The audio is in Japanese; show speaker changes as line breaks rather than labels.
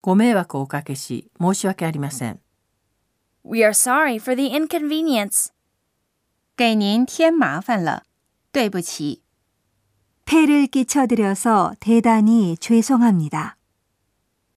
ご迷惑をおかけし、申し訳ありません。
We are sorry for the inconvenience.
给您添麻烦了，对不起。
폐를 끼쳐드려서 대단히 죄송합니다.